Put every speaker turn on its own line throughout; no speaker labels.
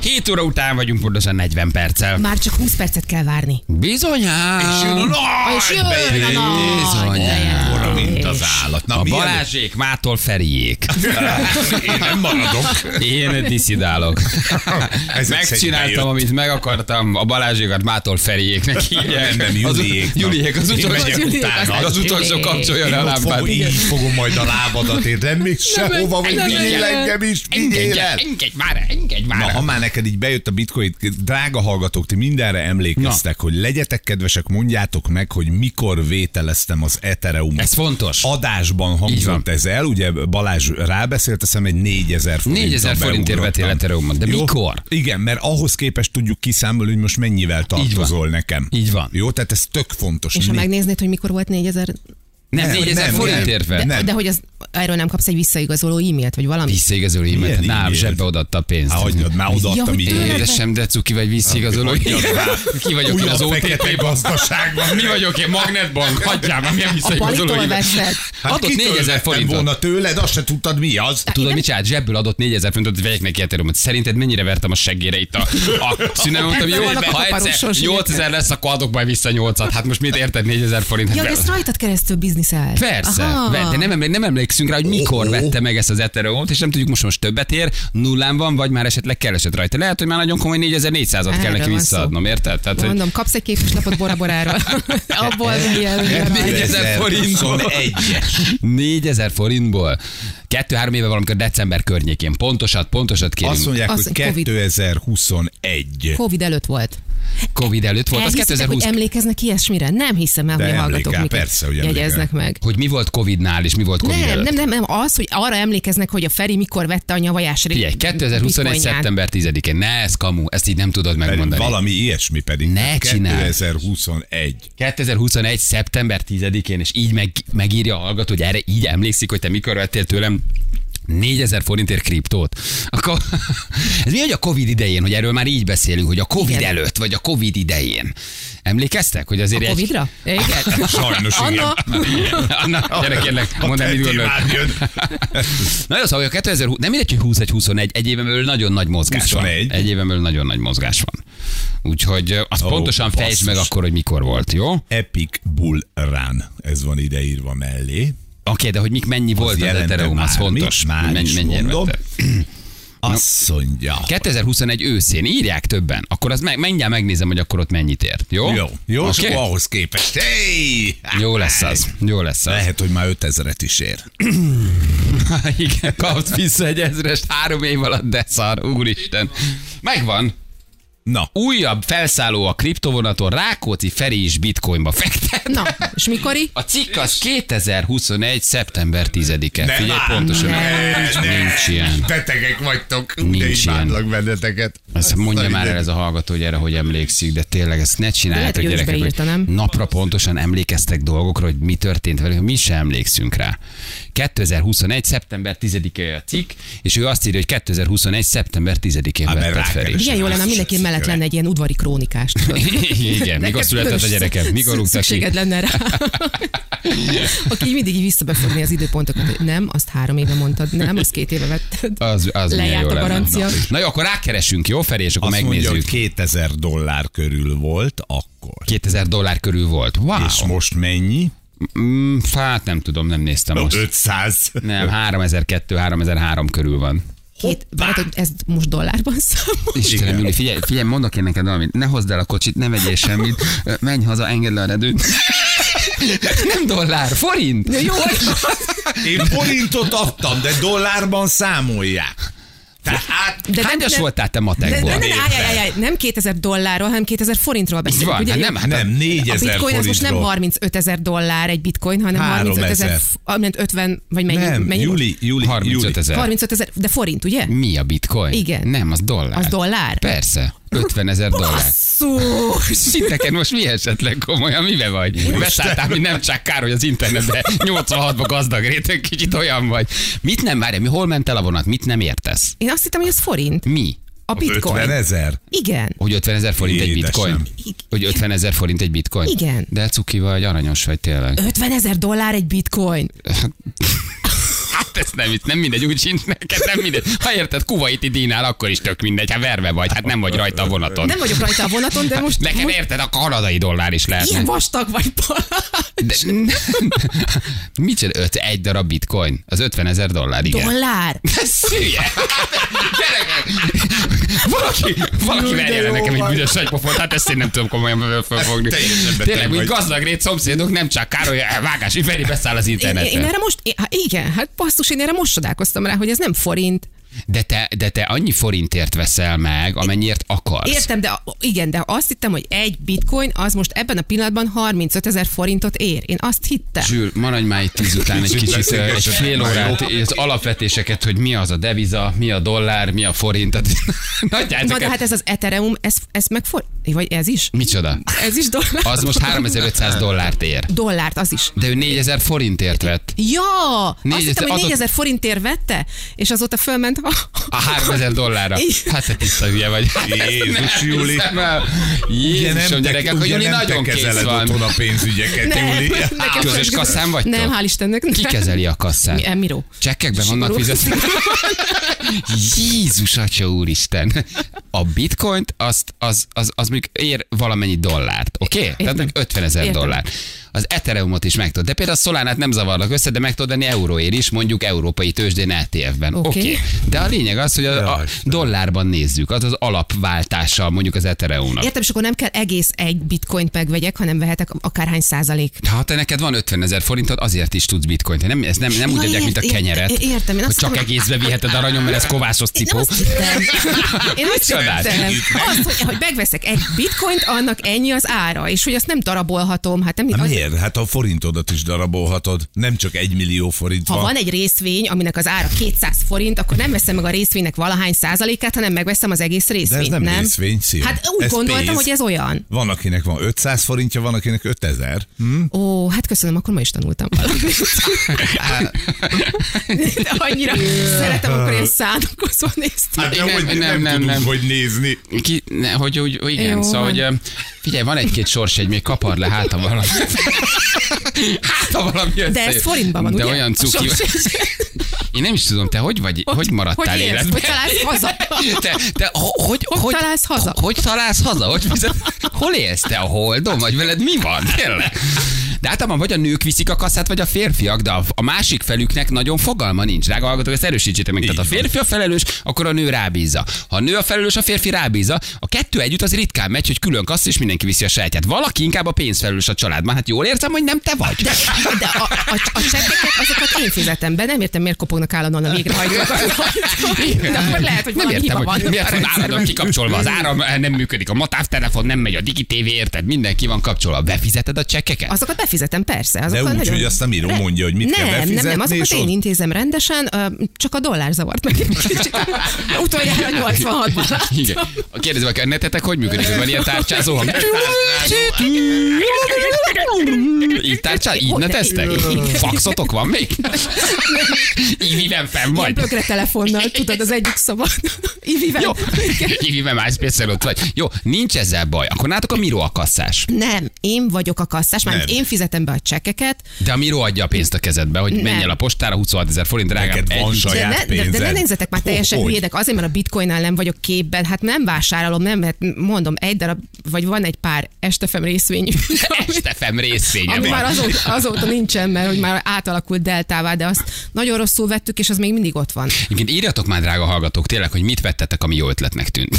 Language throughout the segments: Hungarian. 7 óra után vagyunk pontosan 40 perccel.
Már csak 20 percet kell várni.
Bizonyám.
Ah, És jön a nagy
És jön a
bejelentés.
nagy
Bizonyám.
Akkora, mint az
bejelentés.
állat. Na,
A
milyen-
Balázsék mától Feriék.
Én nem maradok.
Én diszidálok.
Ez egyszerűen jött.
Megcsináltam, amit meg akartam. A Balázsékat mától Feriék neki. Igen.
Nem, Juliék.
Az, Juliék, az
Én
utolsó,
megyek
Juliék,
utána.
az
az utolsó kapcsolja
Én
le a
ott fogom,
lámpát.
így fogom majd a lábadat, érted? Még sehova, hogy
nem,
vigyél
nem.
engem is, vigyél
Engedj
el.
el, engedj már, engedj
Na,
már.
ha már neked így bejött a bitcoin, drága hallgatók, ti mindenre emlékeztek, hogy legyetek kedvesek, mondjátok meg, hogy mikor vételeztem az Ethereum.
Ez fontos.
Adásban
Így van.
hangzott ez el, ugye Balázs rábeszélt, azt hiszem egy 4000 forint.
4000 forintért vettél Ethereumot, de mikor?
Igen, mert ahhoz képest tudjuk kiszámolni, hogy most mennyivel tartozol nekem.
Így van.
Jó, tehát ez tök fontos.
És ha
Mi-
megnéznéd, hogy mikor volt 4000...
Nem,
Nem,
4000
nem,
forintért
nem.
vett.
De, de hogy az, erről nem kapsz egy visszaigazoló e-mailt, vagy valami?
Visszaigazoló
Milyen
e-mailt. Nálam
e-mail?
zsebbe odaadta a pénzt.
Hát, hagyjad, már
Ja,
odaadtam
hogy
így.
tényleg.
Édesem, de cuki vagy visszaigazoló.
Hagyjad már.
Ki vagyok én
Ugyan
az
az
OTP
fekete
-ban?
gazdaságban.
Mi vagyok én, Magnetbank? Hagyjál már, milyen
A
visszaigazoló
palitól
e-mail?
veszed.
Hát Adott
kitől
4000
vettem
forintot.
volna tőled, azt se tudtad mi az.
Tudod, mit csinált? Zsebből adott 4000 forintot, hogy vegyek neki ethereum Szerinted mennyire vertem a seggére itt a, a szünem? Mondtam, jó,
Vannak
ha egyszer
kaparosos
8000 lesz, akkor adok majd vissza 8-at. Hát most mit érted 4000 forint?
Ja,
Hát
de ezt rajtad keresztül bizniszelt.
Persze,
Aha.
Ve- de nem, emlé- nem emlékszünk rá, hogy mikor
Oho.
vette meg ezt az ethereumot, és nem tudjuk most most többet ér, nullán van, vagy már esetleg keresett rajta. Lehet, hogy már nagyon komoly 4400-at kell
Erről
neki
van
visszaadnom, érted? Tehát, hogy
Mondom, kapsz egy képeslapot Boraboráról. Abból milyen. milyen
4000 forintból. 4000 forintból. Kettő-három éve valamikor december környékén. Pontosat, pontosat
Azt
kérünk.
mondják,
Azt-
hogy
Covid.
2021.
Covid előtt volt.
Covid előtt volt, az
Elhiszitek,
2020
hogy emlékeznek ilyesmire? Nem hiszem el, hogy
De
a hallgatók
emlékel,
miket
persze, hogy emlékel.
jegyeznek meg.
hogy mi volt Covidnál és mi volt Covid
Nem,
előtt.
nem, nem, nem, az, hogy arra emlékeznek, hogy a Feri mikor vette a nyavajás
Figyelj, 2021. szeptember 10-én. Ne, ez kamu, ezt így nem tudod megmondani.
Valami ilyesmi pedig.
Ne
Tehát
csináld.
2021.
2021. szeptember 10-én, és így meg, megírja a hallgató, hogy erre így emlékszik, hogy te mikor vettél tőlem 4000 forintért kriptót. Akkor, ez mi, hogy a Covid idején, hogy erről már így beszélünk, hogy a Covid
Igen.
előtt, vagy a Covid idején. Emlékeztek, hogy azért
A Covid-ra? Igen.
Sajnos igen.
Anna,
Anna, gyere kérlek,
Ah. A
mondd el, mit gondolod.
tetémád jön.
Na jó, szóval, hogy a 2020, nem mindegy, hogy 20 egy 21, egy éven belül nagyon nagy mozgás
21.
van. Egy éven belül nagyon nagy mozgás van. Úgyhogy ö, azt
Ó,
oh, pontosan fejtsd meg
basszus.
akkor, hogy mikor volt, jó? Oké,
Epic Bull Run. Ez van ideírva mellé.
de hogy mik mennyi volt az
jelentem
Ethereum, az
már
fontos.
mit, már
Menny-
is
mennyire
mondom.
vette?
Azt mondja.
2021 őszén írják többen, akkor az meg, mindjárt megnézem, hogy akkor ott mennyit ért, jó?
Jó, jó, és
Oké?
akkor ahhoz képest. Hey!
Jó lesz az, jó lesz az.
Lehet, hogy már 5000-et is ér.
Igen, kapsz vissza egy ezrest három év alatt, de szar, úristen. Megvan,
Na,
újabb felszálló a kriptovonaton, Rákóczi Feri is bitcoinba fektet.
na, és mikori?
A cikk az 2021. szeptember 10-e. Figyelj,
már.
pontosan.
Ne,
nincs,
ne.
nincs ilyen.
Betegek vagytok, de
Nincs ilyen.
imádlak benneteket.
Ezt
Azt a
mondja már el
mindent.
ez a hallgató, hogy erre hogy emlékszik, de tényleg ezt ne
Lehet,
csináljátok
hogy ő is
gyerekek. hogy
beírta, nem?
Napra pontosan emlékeztek dolgokra, hogy mi történt velünk, mi sem emlékszünk rá. 2021. szeptember 10-e a cikk, és ő azt írja, hogy 2021. szeptember 10-én
Á, mert
vett fel
rákeres.
is.
Milyen jó lenne, ha mindenki mellett lenne egy ilyen udvari krónikás. tudod.
Igen, mikor
Neked
született a
különös
gyerekem, mikor
szü-
rúgta ki.
Szükséged lenne rá. Aki így mindig így visszabefogni az időpontokat, hogy nem, azt három éve mondtad, nem, azt két éve vetted.
Az, az milyen
Lejárt
jó
a
lenne.
garancia.
Na. Na jó, akkor rákeresünk, jó Feri, és akkor
Azt mondja,
megnézzük.
hogy 2000 dollár körül volt akkor.
2000 dollár körül volt. Wow.
És most mennyi?
Mm, hát nem tudom, nem néztem most.
500.
Nem, 3002-3003 körül van.
Két, várjátok, ez most dollárban számol.
Istenem,
Igen.
Juli, figyelj, figyelj, mondok én neked valamit. Ne hozd el a kocsit, ne vegyél semmit. Ö, Menj haza, engedd le a redőt. Nem dollár, forint.
De jó,
Én forintot adtam, de dollárban számolják. Tehát
De
de
Hányas
nem,
voltál te
de,
matekból?
de, de, de, állj, állj, állj, nem 2000 dollárról, hanem 2000 forintról
Így
beszélünk.
van,
ugye?
hát nem, hát
nem, 4000
a
forintról.
bitcoin az most nem 35 ezer dollár egy bitcoin, hanem 35 ezer,
3000.
nem 50, vagy mennyi?
Nem,
mennyi volt?
Juli, Juli,
35
Juli.
ezer.
35 ezer, de forint, ugye?
Mi a bitcoin?
Igen.
Nem, az dollár.
Az dollár?
Persze, 50 ezer dollár.
Basszus!
Neked most mi esetleg komolyan, mibe vagy? Beszálltál, mint nem csak kár, hogy az internetben 86-ba gazdag réteg, kicsit olyan vagy. Mit nem, várj, mi hol ment el a vonat, mit nem értesz?
Én azt hittem, hogy ez forint.
Mi?
A bitcoin.
50 ezer?
Igen.
Hogy 50 ezer forint egy
Édesem.
bitcoin? Hogy 50 ezer forint egy bitcoin?
Igen.
De hát, cuki vagy, aranyos vagy tényleg.
50 ezer dollár egy bitcoin.
Hát ez nem, itt nem mindegy, úgy sincs neked, nem mindegy. Ha érted, kuvaiti dínál, akkor is tök mindegy, ha verve vagy, hát nem vagy rajta a vonaton.
Nem vagyok rajta a vonaton, de most...
Neked
most
érted, a kanadai dollár is lehet.
Ilyen vastag vagy, Balázs.
De, mit csinál? Öt, egy darab bitcoin? Az 50 ezer dollár, igen.
Dollár.
De szülje! Gyerekek! Valaki, valaki
Jaj, de
verjen
jó
le nekem egy
vagy.
büdös sajtpofot, hát ezt én nem tudom komolyan fölfogni.
Hát teljesen beteg
Tényleg, mint
vagy.
gazdag rét szomszédok, nem csak Károly, eh, vágás, Iveri beszáll az
Én, én
internetre.
erre most, én, hát igen, hát basszus, én erre most csodálkoztam rá, hogy ez nem forint.
De te, de te annyi forintért veszel meg, amennyiért akarsz.
Értem, de igen, de azt hittem, hogy egy bitcoin az most ebben a pillanatban 35 ezer forintot ér. Én azt hittem.
Zsül, maradj már itt tíz után egy kicsit, eh,
beszélgessünk.
egy fél órát, az alapvetéseket, hogy mi az a deviza, mi a dollár, mi a forint. Tehát,
Na
Nagyjátok,
de hát ez az Ethereum, ez, ez meg for... Vagy ez is?
micsoda?
Ez is dollár.
Az most 3500 dollárt ér.
Dollárt, az is.
De ő 4000 forintért vett.
Ja!
Négyezer-
azt hittem, hogy
adott-
4000 forintért vette, és azóta fölment a...
A 3000 dollárra.
Igen.
Hát te tiszta hülye vagy. Hát ezt
Jézus,
nem
Juli.
hiszem el.
Ugye
Jézusom,
te-
gyerekek, hogy
ugye
Juli
nem te
nagyon kész
kezeled otthon
van.
a pénzügyeket, Juli.
nekem
Közös
csak-
kasszán vagytok?
Nem, hál' Istennek.
Ki
nem.
kezeli a kasszát?
Mi- Emiró.
Csekkekben vannak
Sigorú.
fizetve. Jézus atya úristen. A bitcoint, azt, az, az, az mondjuk ér valamennyi dollárt, oké? Okay? Tehát
Értem.
mondjuk 50 ezer
Értem.
dollár. Az Ethereumot is meg tudod. De például a Solánát nem zavarlak össze, de meg tudod venni euróért is, mondjuk európai tőzsdén ETF-ben. Oké. Okay.
Oké.
Okay. De a lényeg az, hogy a, a
Jaj, Istenem.
dollárban nézzük, az az alapváltása mondjuk az Ethereumnak.
Értem, és akkor nem kell egész egy bitcoint megvegyek, hanem vehetek akárhány százalék.
Ha te neked van 50 ezer forintod, azért is tudsz bitcoint. Nem, ez nem, nem úgy
Ja,
adják, mint a
ért-
kenyeret.
ért- értem, én
hogy
azt
csak
hittem,
egészbe viheted aranyom, mert ez kovásos
Én nem
cipó.
azt hittem. Én azt
Micsodát?
hittem.
Tegyük meg.
Azt, hogy, hogy megveszek egy bitcoint, annak ennyi az ára, és hogy azt nem darabolhatom. Hát nem,
Hát
az,
miért? Hát a forintodat is darabolhatod. Nem csak egy millió forint
ha
van.
van egy részvény, aminek az ára 200 forint, akkor nem veszem meg a részvénynek valahány százalékát, hanem megveszem az egész
De ez
részvényt,
nem, részvény, szia.
Hát úgy
ez
gondoltam,
pénz.
hogy ez olyan.
Van, akinek van 500 forintja, van, akinek 5000. Hm?
Ó, hát köszönöm, akkor ma is tanultam valamit. De annyira szeretem, akkor ilyen szánakozva néztem.
Hát, nem, nem, nem, nem, nem.
hogy nézni.
Ki, ne, hogy úgy, hogy igen, Jó,
Jó
szóval,
van.
hogy ö, figyelj, van egy-két sors, egy még kapar le, hát ha valami. hát ha valami
De
összejön.
ez forintban van,
De
ugye?
olyan
A
cuki.
sorsjegy.
Én nem is tudom, te hogy vagy, hogy, hogy maradtál
hogy élsz?
életben?
Hogy találsz haza?
Te, te ho- hogy, hogy,
találsz haza?
Hogy, találsz haza? Hogy fizet, hol élsz te a holdon? Vagy veled mi van? Tényleg? De általában vagy a nők viszik a kasszát, vagy a férfiak, de a, a másik felüknek nagyon fogalma nincs. Drága hallgatók, ezt erősítsétek meg. Tehát a
Így van.
férfi a felelős, akkor a nő rábízza. Ha a nő a felelős, a férfi rábízza. A kettő együtt az ritkán megy, hogy külön kassz, és mindenki viszi a sajátját. Valaki inkább a pénzfelelős a családban. Hát jól érzem, hogy nem te vagy.
De, de a, a, a csekkeket, azokat én fizetem be. Nem értem, miért kopognak állandóan a végrehajtók. De akkor lehet, hogy
nem
valami
értem,
hiba van.
hogy miért van állandóan kikapcsolva az áram, nem működik a matávtelefon, nem megy a digitév, érted? Mindenki van kapcsolva. Befizeted a csekkeket?
Azokat befizetem, persze.
De
Azokat
úgy,
nagyon...
hogy azt nem író mondja, hogy mit kell
nem,
befizetni.
nem, nem, azokat
és
én
ott-
intézem rendesen, ö, csak a dollár zavart meg egy kicsit. Utoljára 86-ban
Igen.
láttam.
Kérdezem, hogy a netetek hogy működik? Van ilyen tárcsázó hang? Így tárcsál? Így
Hogy
ne
ne-
tesztek?
Igen.
Faxotok van még? Iviben fenn
Ilyen
vagy?
blökre telefonnal, tudod, az egyik szabad. Ivivel.
Jó, Iviben MySpace-en ott vagy. Jó, nincs ezzel baj. Akkor nátok a Miro a kasszás.
Nem, én vagyok a kasszás, már
Nem.
én fizetem be a csekkeket,
De a Miro adja a pénzt a kezedbe, hogy menj el a postára, 26 ezer forint, drágám.
Neked van
egy-
saját
de, ne, de, de ne
pénzed.
nézzetek már teljesen
Hogy?
hülyének, azért, mert a bitcoinnál nem vagyok képben, hát nem vásárolom, nem, mert mondom, egy darab, vagy van egy pár estefem részvényű.
Estefem részvénye
Ami
van.
már azóta, azóta nincsen, mert hogy már átalakult deltává, de azt nagyon rosszul vettük, és az még mindig ott van.
Egyébként írjatok már, drága hallgatók, tényleg, hogy mit vettetek, ami jó ötletnek tűnt.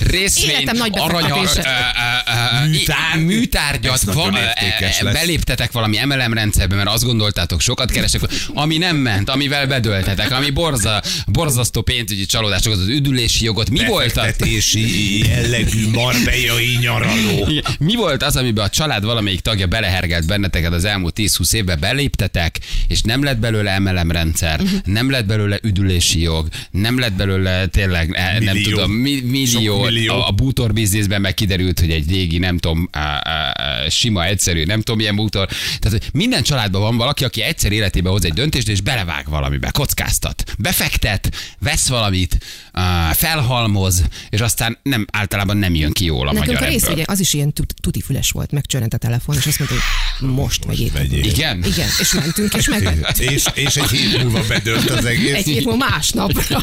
Részvény,
Életem nagy
arany,
befektetése.
ö, ö, ö,
Műtár-
műtárgyat,
Ez nagyon
val- ö,
értékes
ö,
lesz.
beléptetek valami MLM rendszerbe, mert azt gondoltátok, sokat keresek, ami nem ment, amivel bedöltetek, ami borza, borzasztó pénzügyi csalódások, az az üdülési jogot, mi volt az?
Befektetési jellegű marbejai nyaraló.
Igen. Mi volt az, amiben a család valamelyik tagja belehergelt benneteket az elmúlt 10-20 évben, beléptetek, és nem lett belőle MLM
Mhm.
rendszer, nem lett belőle üdülési jog, nem lett belőle tényleg, eh, nem
Millió.
tudom, mi, millió,
Sok millió.
A, a bútor bizniszben meg kiderült, hogy egy régi, nem tudom, á, á, á, sima, egyszerű, nem tudom, milyen bútor. Tehát hogy minden családban van valaki, aki egyszer életében hoz egy döntést, és belevág valamibe, kockáztat, befektet, vesz valamit, á, felhalmoz, és aztán nem, általában nem jön ki jól a
Nekünk a
magyar
rész,
ebből.
ugye, az is ilyen tut- tutifüles volt, megcsörrent a telefon, és azt mondta, hogy most vegyétek.
vegyél.
Igen?
Igen, és mentünk, és meg
És, és egy hét múlva bedölt az egész.
egy hét múlva másnapra.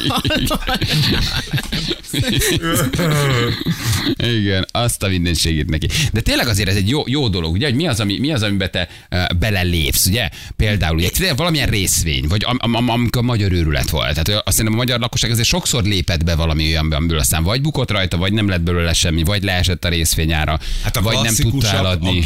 Igen, azt a minden segít neki. De tényleg azért ez egy jó, jó dolog, ugye, hogy mi az, ami, mi az amiben te uh, belelépsz, ugye? Például ugye, tényleg valamilyen részvény, vagy am, am, am, amikor magyar őrület volt. Tehát ö, azt hiszem, a magyar lakosság azért sokszor lépett be valami olyanba, amiből aztán vagy bukott rajta, vagy nem lett belőle semmi, vagy leesett a részvényára,
Hát a
vagy nem tudta
klasszikusabb
eladni.
a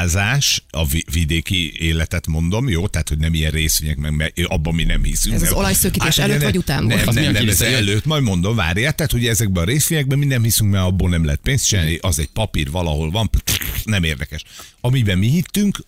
gilisztázás, a vi- vidéki életet mondom, jó? Tehát, hogy nem ilyen részvények, meg meg abban mi nem hiszünk.
Ez az
Nem.
olajszökítés előtt
ne-
vagy után
Nem,
volt?
Az
nem,
mi a
nem, ez
gilisztázás?
előtt, majd mondom, várjál. Tehát, hogy ezekben a részvényekben mi nem hiszünk, mert abból nem lehet pénzt csinálni, az egy papír valahol van, nem érdekes. Amiben mi hittünk,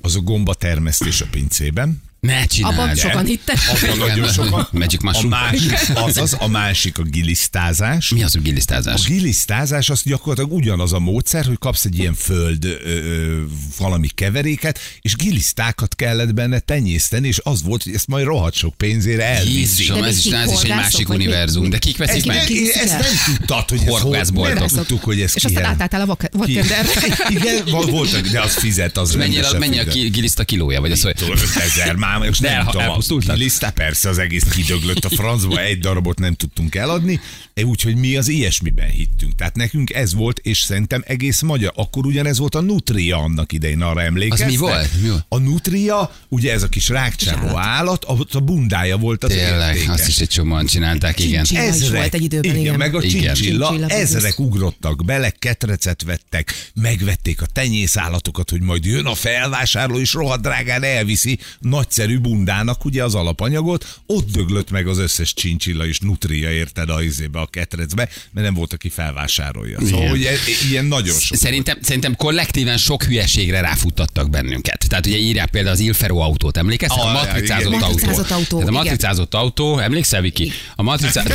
az a gomba termesztés a pincében. Hát,
Ne csináld!
Abban sokan hittek.
Abban
Igen.
nagyon sokan.
Magic
A
mushroom.
másik, azaz, a másik a gilisztázás.
Mi az, hogy gilisztázás?
A gilisztázás az gyakorlatilag ugyanaz a módszer, hogy kapsz egy ilyen föld ö, ö, valami keveréket, és gilisztákat kellett benne tenyészteni, és az volt, hogy ezt majd rohadt sok pénzére elviszik.
Jézusom,
De
ez is,
kik
ez is egy
horgászok,
másik
vagy mi?
univerzum. De kik veszik
Ezt,
meg?
nem,
ki- ki-
ezt nem tudtad, hogy ez hol,
Horgászboltok.
nem tudtuk, hogy ez
És aztán
kihez-
átálltál a vak-
ki-
vatemberre.
Igen, va- voltak, de az fizet, az
Mennyi a,
rendesen
mennyi a
fizet.
ki- giliszta kilója? Vagy az, hogy...
Tudom, 5000 már, most
De
nem
elha-
tudom,
elpusztultak?
a lista persze az egész kidöglött a francba, egy darabot nem tudtunk eladni, e, úgyhogy mi az ilyesmiben hittünk. Tehát nekünk ez volt, és szerintem egész magyar, akkor ugyanez volt a Nutria annak idején, arra emlékeztek?
Az mi volt? Mi volt?
A Nutria, ugye ez a kis rákcsáló állat, a, a bundája volt az
Tényleg,
értéke.
azt is egy csomóan csinálták, igen.
Csincsi. Csincsilla is volt egy időben,
igen,
igen.
meg a
Igen.
csincsilla,
Csincsilla biznisz.
ezrek ugrottak bele, ketrecet vettek, megvették a tenyészállatokat, hogy majd jön a felvásárló, és rohadt drágán elviszi nagyszerű bundának ugye az alapanyagot, ott döglött meg az összes csincsilla és nutria érted a izébe, a ketrecbe, mert nem volt, aki felvásárolja. Szóval,
Igen.
hogy e- ilyen nagyon sok.
Szerintem, szerintem kollektíven sok hülyeségre ráfuttattak bennünket. Tehát ugye írják például az Ilfero autót, emlékeztek?
Ah,
a
igen.
matricázott autó.
Matricázott autó,
Tehát a
igen.
matricázott autó, emlékszel, Viki? A matricázott...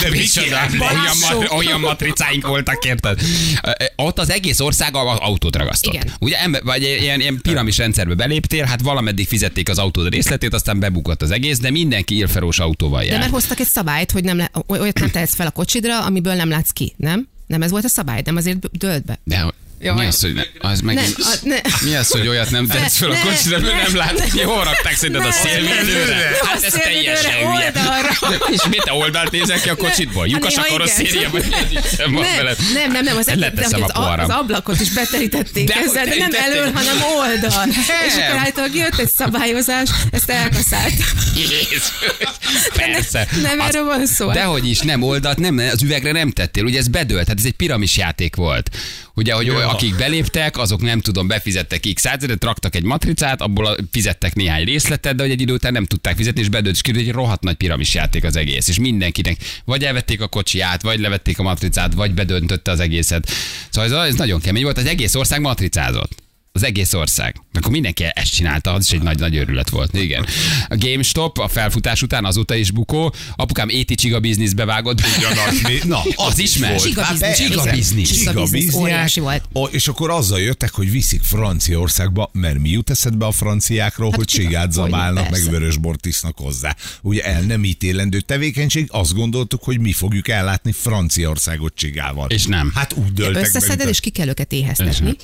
De Viki,
Micsoda, olyan, mat- olyan matricáink voltak, érted? Ö, ö, Ott az egész ország a- autót ragasztott.
Igen.
Ugye, ember, vagy ilyen, ilyen piramis rendszerbe beléptél, hát valameddig fizették az autód részletét, aztán bebukott az egész, de mindenki Ilferós autóval
De
jár.
mert hoztak egy szabályt, hogy nem le, olyat nem tehetsz fel a kocsidra, amiből nem látsz ki, nem? Nem ez volt a szabály, nem azért dölt be.
De
Jaj.
mi az, hogy ne, az megint,
Nem, a- ne.
mi az, hogy olyat nem tetsz föl a
Ne,
kocsira, mert
ne,
nem látod, ki hol rakták szerinted a
ne,
szélvédőre?
ne,
Hát
a
ez
szélvédőre,
teljesen hülye.
oldalra.
És miért te oldalt nézel ki a kocsitból?
Ne,
Lyukas
hát néha
akkor a
igen.
szélje, vagy nem,
Nem, nem, nem, nem, az, egész, de,
Leteszem
hogy
a
az, a, az
poharam.
ablakot is beterítették
De
de,
hogy
ezzel, de nem
terítették?
elől, hanem oldal. És
Nem.
akkor állítólag jött egy szabályozás, ezt elkaszálták.
Jézus, Persze.
Nem
Az-
erről van szó.
Dehogy is, nem oldalt, nem, az üvegre nem tettél. Ugye ez bedőlt, tehát ez egy piramis játék volt. Ugye, hogy olyan, akik beléptek, azok nem tudom, befizettek x százalékot, raktak egy matricát, abból a- fizettek néhány részletet, de hogy egy idő után nem tudták fizetni, és bedőlt, és kiderült, hogy egy rohadt nagy piramis játék az egész. És mindenkinek vagy elvették a kocsiját, vagy levették a matricát, vagy bedöntötte az egészet. Szóval ez, ez nagyon kemény volt, az egész ország matricázott. Az egész ország. Akkor mindenki ezt csinálta, az is egy nagy-nagy örület volt. Igen. A GameStop a felfutás után azóta is bukó. Apukám éti csiga bizniszbe vágott.
Ugyanaz, mi- na,
az is meg.
Csiga
Hát
biznisz.
persze.
Csiga
biznisz.
Csiga
Csiga
biznisz,
bizniás.
óriási volt.
Ó, és akkor azzal jöttek, hogy viszik Franciaországba, mert mi jut eszedbe a franciákról,
Hát
hogy
csiga-
csigát
hogy
zabálnak, meg
persze.
vörösbort isznak hozzá. Ugye el nem ítélendő tevékenység, azt gondoltuk, hogy mi fogjuk ellátni Franciaországot csigával.
És nem.
Hát úgy döltek meg.
Összeszeded,
mint
és ki kell őket éheztetni.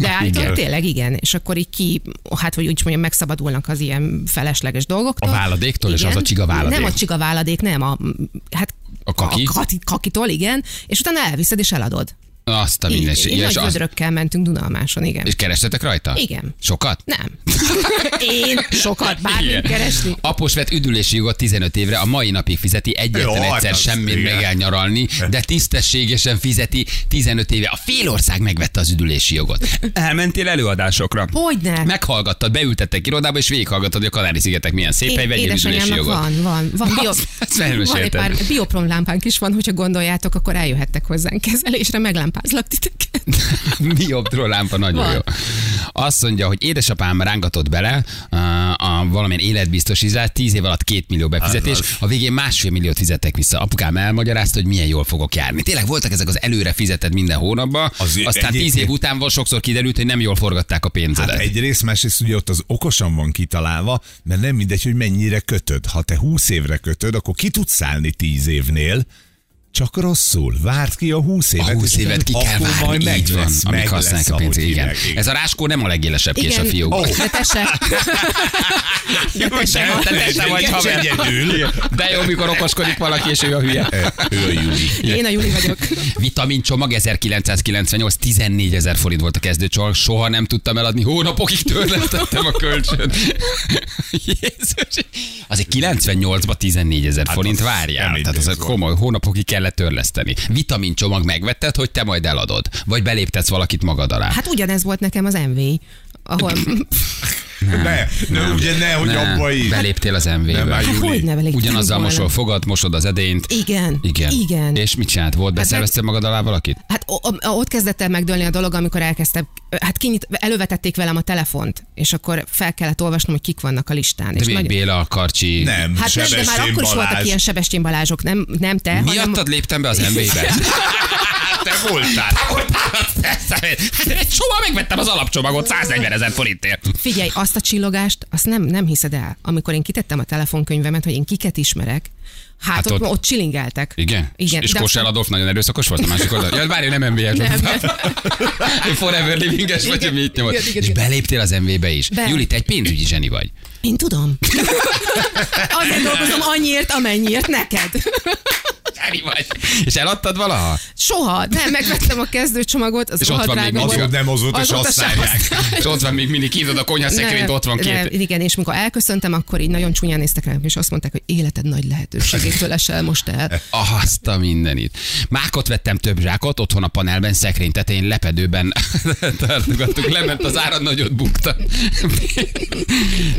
De állítólag
hát. Igen.
tényleg igen. És akkor így ki, hát hogy úgy is mondjam, megszabadulnak az ilyen felesleges dolgoktól.
A váladéktól, és az a csiga váladék.
Nem a csiga váladék, nem a, hát
A kaki?
A kati, kakitól, igen. És utána elviszed és eladod.
Azt a mindenség.
így, így
És,
nagy
azt-
vödrökkel mentünk Dunalmáson, igen.
és kerestetek rajta?
Igen.
Sokat?
Nem. Én sokat bármit
Igen.
keresni.
Após vett üdülési jogot 15 évre, a mai napig fizeti egyetlen
Jó, hát
egyszer
az-
semmit
igen.
meg elnyaralni, de tisztességesen fizeti 15 éve. A fél ország megvette az üdülési jogot. Elmentél előadásokra.
Hogyne.
Meghallgattad, beültettek irodába, és végighallgattad, hogy a Kanári-szigetek milyen szép hely,
Én-
vegyél üdülési
édesanyámnak
jogot.
van, van, van, bio,
Azt- azt
van egy
elmesélted.
pár biopromlámpánk is van, hogyha gondoljátok, akkor eljöhettek hozzánk kezelésre, meglámpázunk hibázlak titeket.
Mi jobbról lámpa nagyon
Van.
jó. Azt mondja, hogy édesapám rángatott bele a, a valamilyen életbiztosítást, 10 év alatt 2 millió befizetés, a végén másfél milliót fizettek vissza. Apukám elmagyarázta, hogy milyen jól fogok járni. Tényleg voltak ezek az előre fizetett minden hónapban,
Azért
aztán 10 év
egyébként-
után volt sokszor kiderült, hogy nem jól forgatták a pénzedet.
Hát egyrészt, másrészt ugye ott az okosan van kitalálva, mert nem mindegy, hogy mennyire kötöd. Ha te 20 évre kötöd, akkor ki tudsz állni 10 évnél, csak rosszul. Várd ki a 20 évet.
A 20
és
évet ki kell
akkor
várni,
majd meg
így van,
lesz,
amíg
meg
használják
lesz,
a pénzt.
ahogy
Igen.
hívják, igen.
Ez a ráskó nem a legélesebb kés a fiúk.
Oh. De te se.
Jó, te- te se vagy haver. De jó, mikor okoskodik valaki, és ő a hülye.
Ő a Júli.
Én a Juli vagyok.
Vitamin csomag 1998, 14 ezer forint volt a kezdőcsomag, soha nem tudtam eladni, hónapokig törlesztettem a kölcsön. Jézus. Azért 98-ba 14 ezer forint
Hát az
várjál.
kemény
Tehát az
pénz volt.
komoly, hónapokig kellett törleszteni. Vitamin csomag megvetted, hogy te majd eladod. Vagy beléptetsz valakit magad alá.
Hát ugyanez volt nekem az MV, ahol...
Ne, ne, ugye ne, hogy
Ne,
abba is.
Beléptél az MV-be.
már
Hát
Juli,
hogy nevelik?
Ugyanazzal mosol fogad, mosod az edényt.
Igen.
Igen.
Igen.
És mit csinált? Volt beszervezted magad alá valakit?
Hát o- o- ott kezdett el megdőlni a dolog, amikor elkezdtem, hát kinyit, elővetették velem a telefont, és akkor fel kellett olvasnom, hogy kik vannak a listán.
De
és
még
nagyon-
Béla, Karcsi.
Nem,
Hát nem, de már
Sebestyén
akkor is voltak
Balázs.
ilyen Sebestyén Balázsok, nem, nem te, hanem...
Miattad léptem be az MV-be? Hát,
Te voltál.
E. Soha megvettem az alapcsomagot 140 ezer forintért.
Figyelj, azt a csillogást, azt nem, nem hiszed el. Amikor én kitettem a telefonkönyvemet, hogy én kiket ismerek,
Hát
hát, hát ott,
ott-
ott, ott csilingeltek.
Igen?
Igen.
És
de
Kósel
aztán-
Adolf nagyon erőszakos volt a másik oldalon? Ja, bár ő nem MV-es
Nem, nem.
Ő Forever livinges vagy, hogy mit nyomod.
Igen, igen,
És
igen.
beléptél az MV-be is.
Be.
Juli, te egy pénzügyi zseni vagy.
Én tudom. Azért dolgozom annyiért, amennyiért neked.
Zseni vagy. És eladtad valaha?
Soha. Nem, megvettem a kezdőcsomagot, az
És ott
rohadt
van még
drága
mindig.
volt.
Azok nem azóta se
Azóta se
használják.
És ott van még mindig kintod a konyhaszekrényt, ott van
nem,
két.
igen, és mikor elköszöntem, akkor így nagyon csúnyán néztek rám, és azt mondták, hogy életed nagy lehetőségétől esel most el.
Ah, Azt a mindenit. Mákot vettem több zsákot, otthon a panelben, szekrény tetején, lepedőben tartogattuk, lement az árad, nagyot bukta.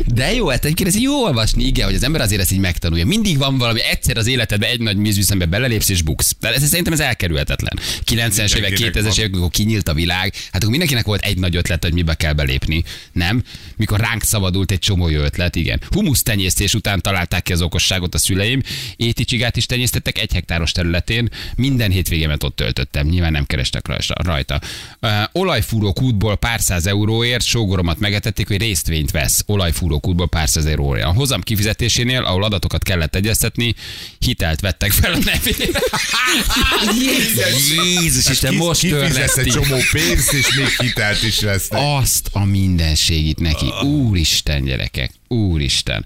De jó, hát egyébként ez jó olvasni, igen, hogy az ember azért ezt így megtanulja. Mindig van valami, egyszer az életedben egy nagy vízviszembe belelépsz és buksz. De ez, szerintem ez elkerülhetetlen. 90-es évek,
Mindenkinek
2000-es évek, mikor kinyílt a világ, hát akkor mindenkinek volt egy nagy ötlet, hogy mibe kell belépni, nem? Mikor ránk szabadult egy csomó jó ötlet, igen. Humusz tenyésztés után találták ki az okosságot a szüleim, éticsigát is tenyésztettek egy hektáros területén, minden hétvégémet ott töltöttem, nyilván nem kerestek rajta- rajta. Ö, olajfúró kútból pár száz euróért sógoromat megetették, hogy résztvényt vesz. Olajfúró kútból pár száz euróért. A hozam kifizetésénél, ahol adatokat kellett egyeztetni, hitelt vettek fel a nevére. Jézus Isten, most
Kifizesz egy
törleszti.
csomó pénzt, és még hitelt is lesznek.
Azt a mindenségit neki.
Ah.
Úristen, gyerekek. Úristen.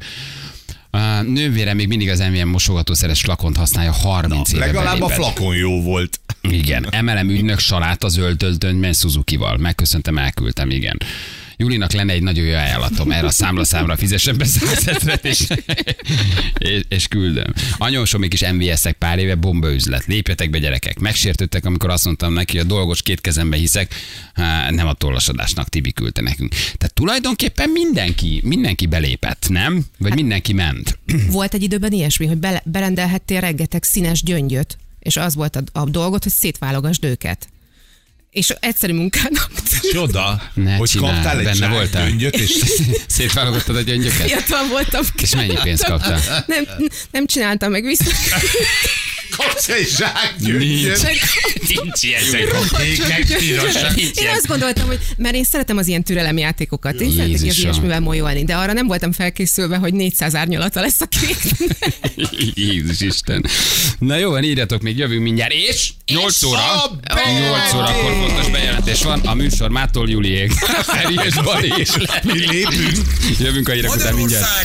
A nővérem még mindig az MVM mosogatószeres flakont használja 30 éve.
Legalább a
belépett.
flakon jó volt.
Igen. Emelem ügynök salát az öltöltönyben Suzuki-val. Megköszöntem, elküldtem, igen. Julinak lenne egy nagyon jó ajánlatom, erre a számlaszámra fizessen be 100 ezeret, és, és, és, küldöm. Anyósomik is MVS-ek pár éve bombaüzlet. Lépjetek be, gyerekek. Megsértődtek, amikor azt mondtam neki, hogy a dolgos két kezembe hiszek, Há, nem a tollasodásnak Tibi küldte nekünk. Tehát tulajdonképpen mindenki, mindenki belépett, nem? Vagy mindenki ment.
Volt egy időben ilyesmi, hogy bele, berendelhettél rengeteg színes gyöngyöt, és az volt a, a dolgot, hogy szétválogasd őket. És egyszerű munkának
Csoda,
Ne
hogy
csináld,
kaptál egy
benne voltál.
zsákgyöngyöt, és
Szétválogattad a gyöngyöket?
fiatal voltam.
És mennyi pénzt kaptál?
Nem, nem csináltam meg vissza.
kapsz egy zsákgyöngyöt.
Nincs ilyen
Kékek, pirosak.
Én azt gondoltam, hogy mert én szeretem az ilyen türelemjátékokat, én szeretek az
Jézusom.
ilyesmivel molyolni, de arra nem voltam felkészülve, hogy 400 árnyalata lesz a kék.
Jézus Isten. Na jó, van, írjatok, még jövünk mindjárt. És 8 óra,
a
8 óra, akkor fontos bejelentés van. A műsor mától Juliék. Feri és Bali és
Mi lépünk.
Jövünk a hírek után mindjárt.